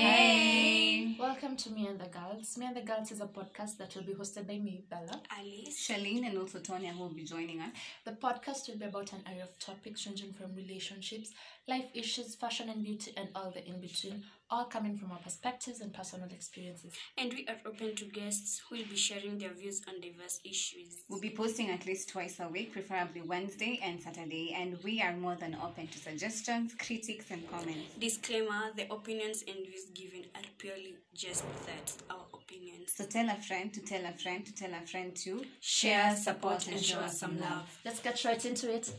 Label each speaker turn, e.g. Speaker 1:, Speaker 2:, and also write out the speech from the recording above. Speaker 1: Hey!
Speaker 2: Welcome to Me and the Girls. Me and the Girls is a podcast that will be hosted by me, Bella.
Speaker 1: Alice.
Speaker 3: Shalene and also Tonya who will be joining us.
Speaker 2: The podcast will be about an array of topics ranging from relationships, life issues, fashion and beauty, and all the in between, all coming from our perspectives and personal experiences.
Speaker 1: And we are open to guests who will be sharing their views on diverse issues.
Speaker 3: We'll be posting at least twice a week, preferably Wednesday and Saturday, and we are more than open to suggestions, critics, and comments.
Speaker 1: Disclaimer the opinions and views given are purely just that our opinions.
Speaker 3: So tell a friend to tell a friend to tell a friend to
Speaker 1: Share, support, and show us some love.
Speaker 2: Let's get right into it.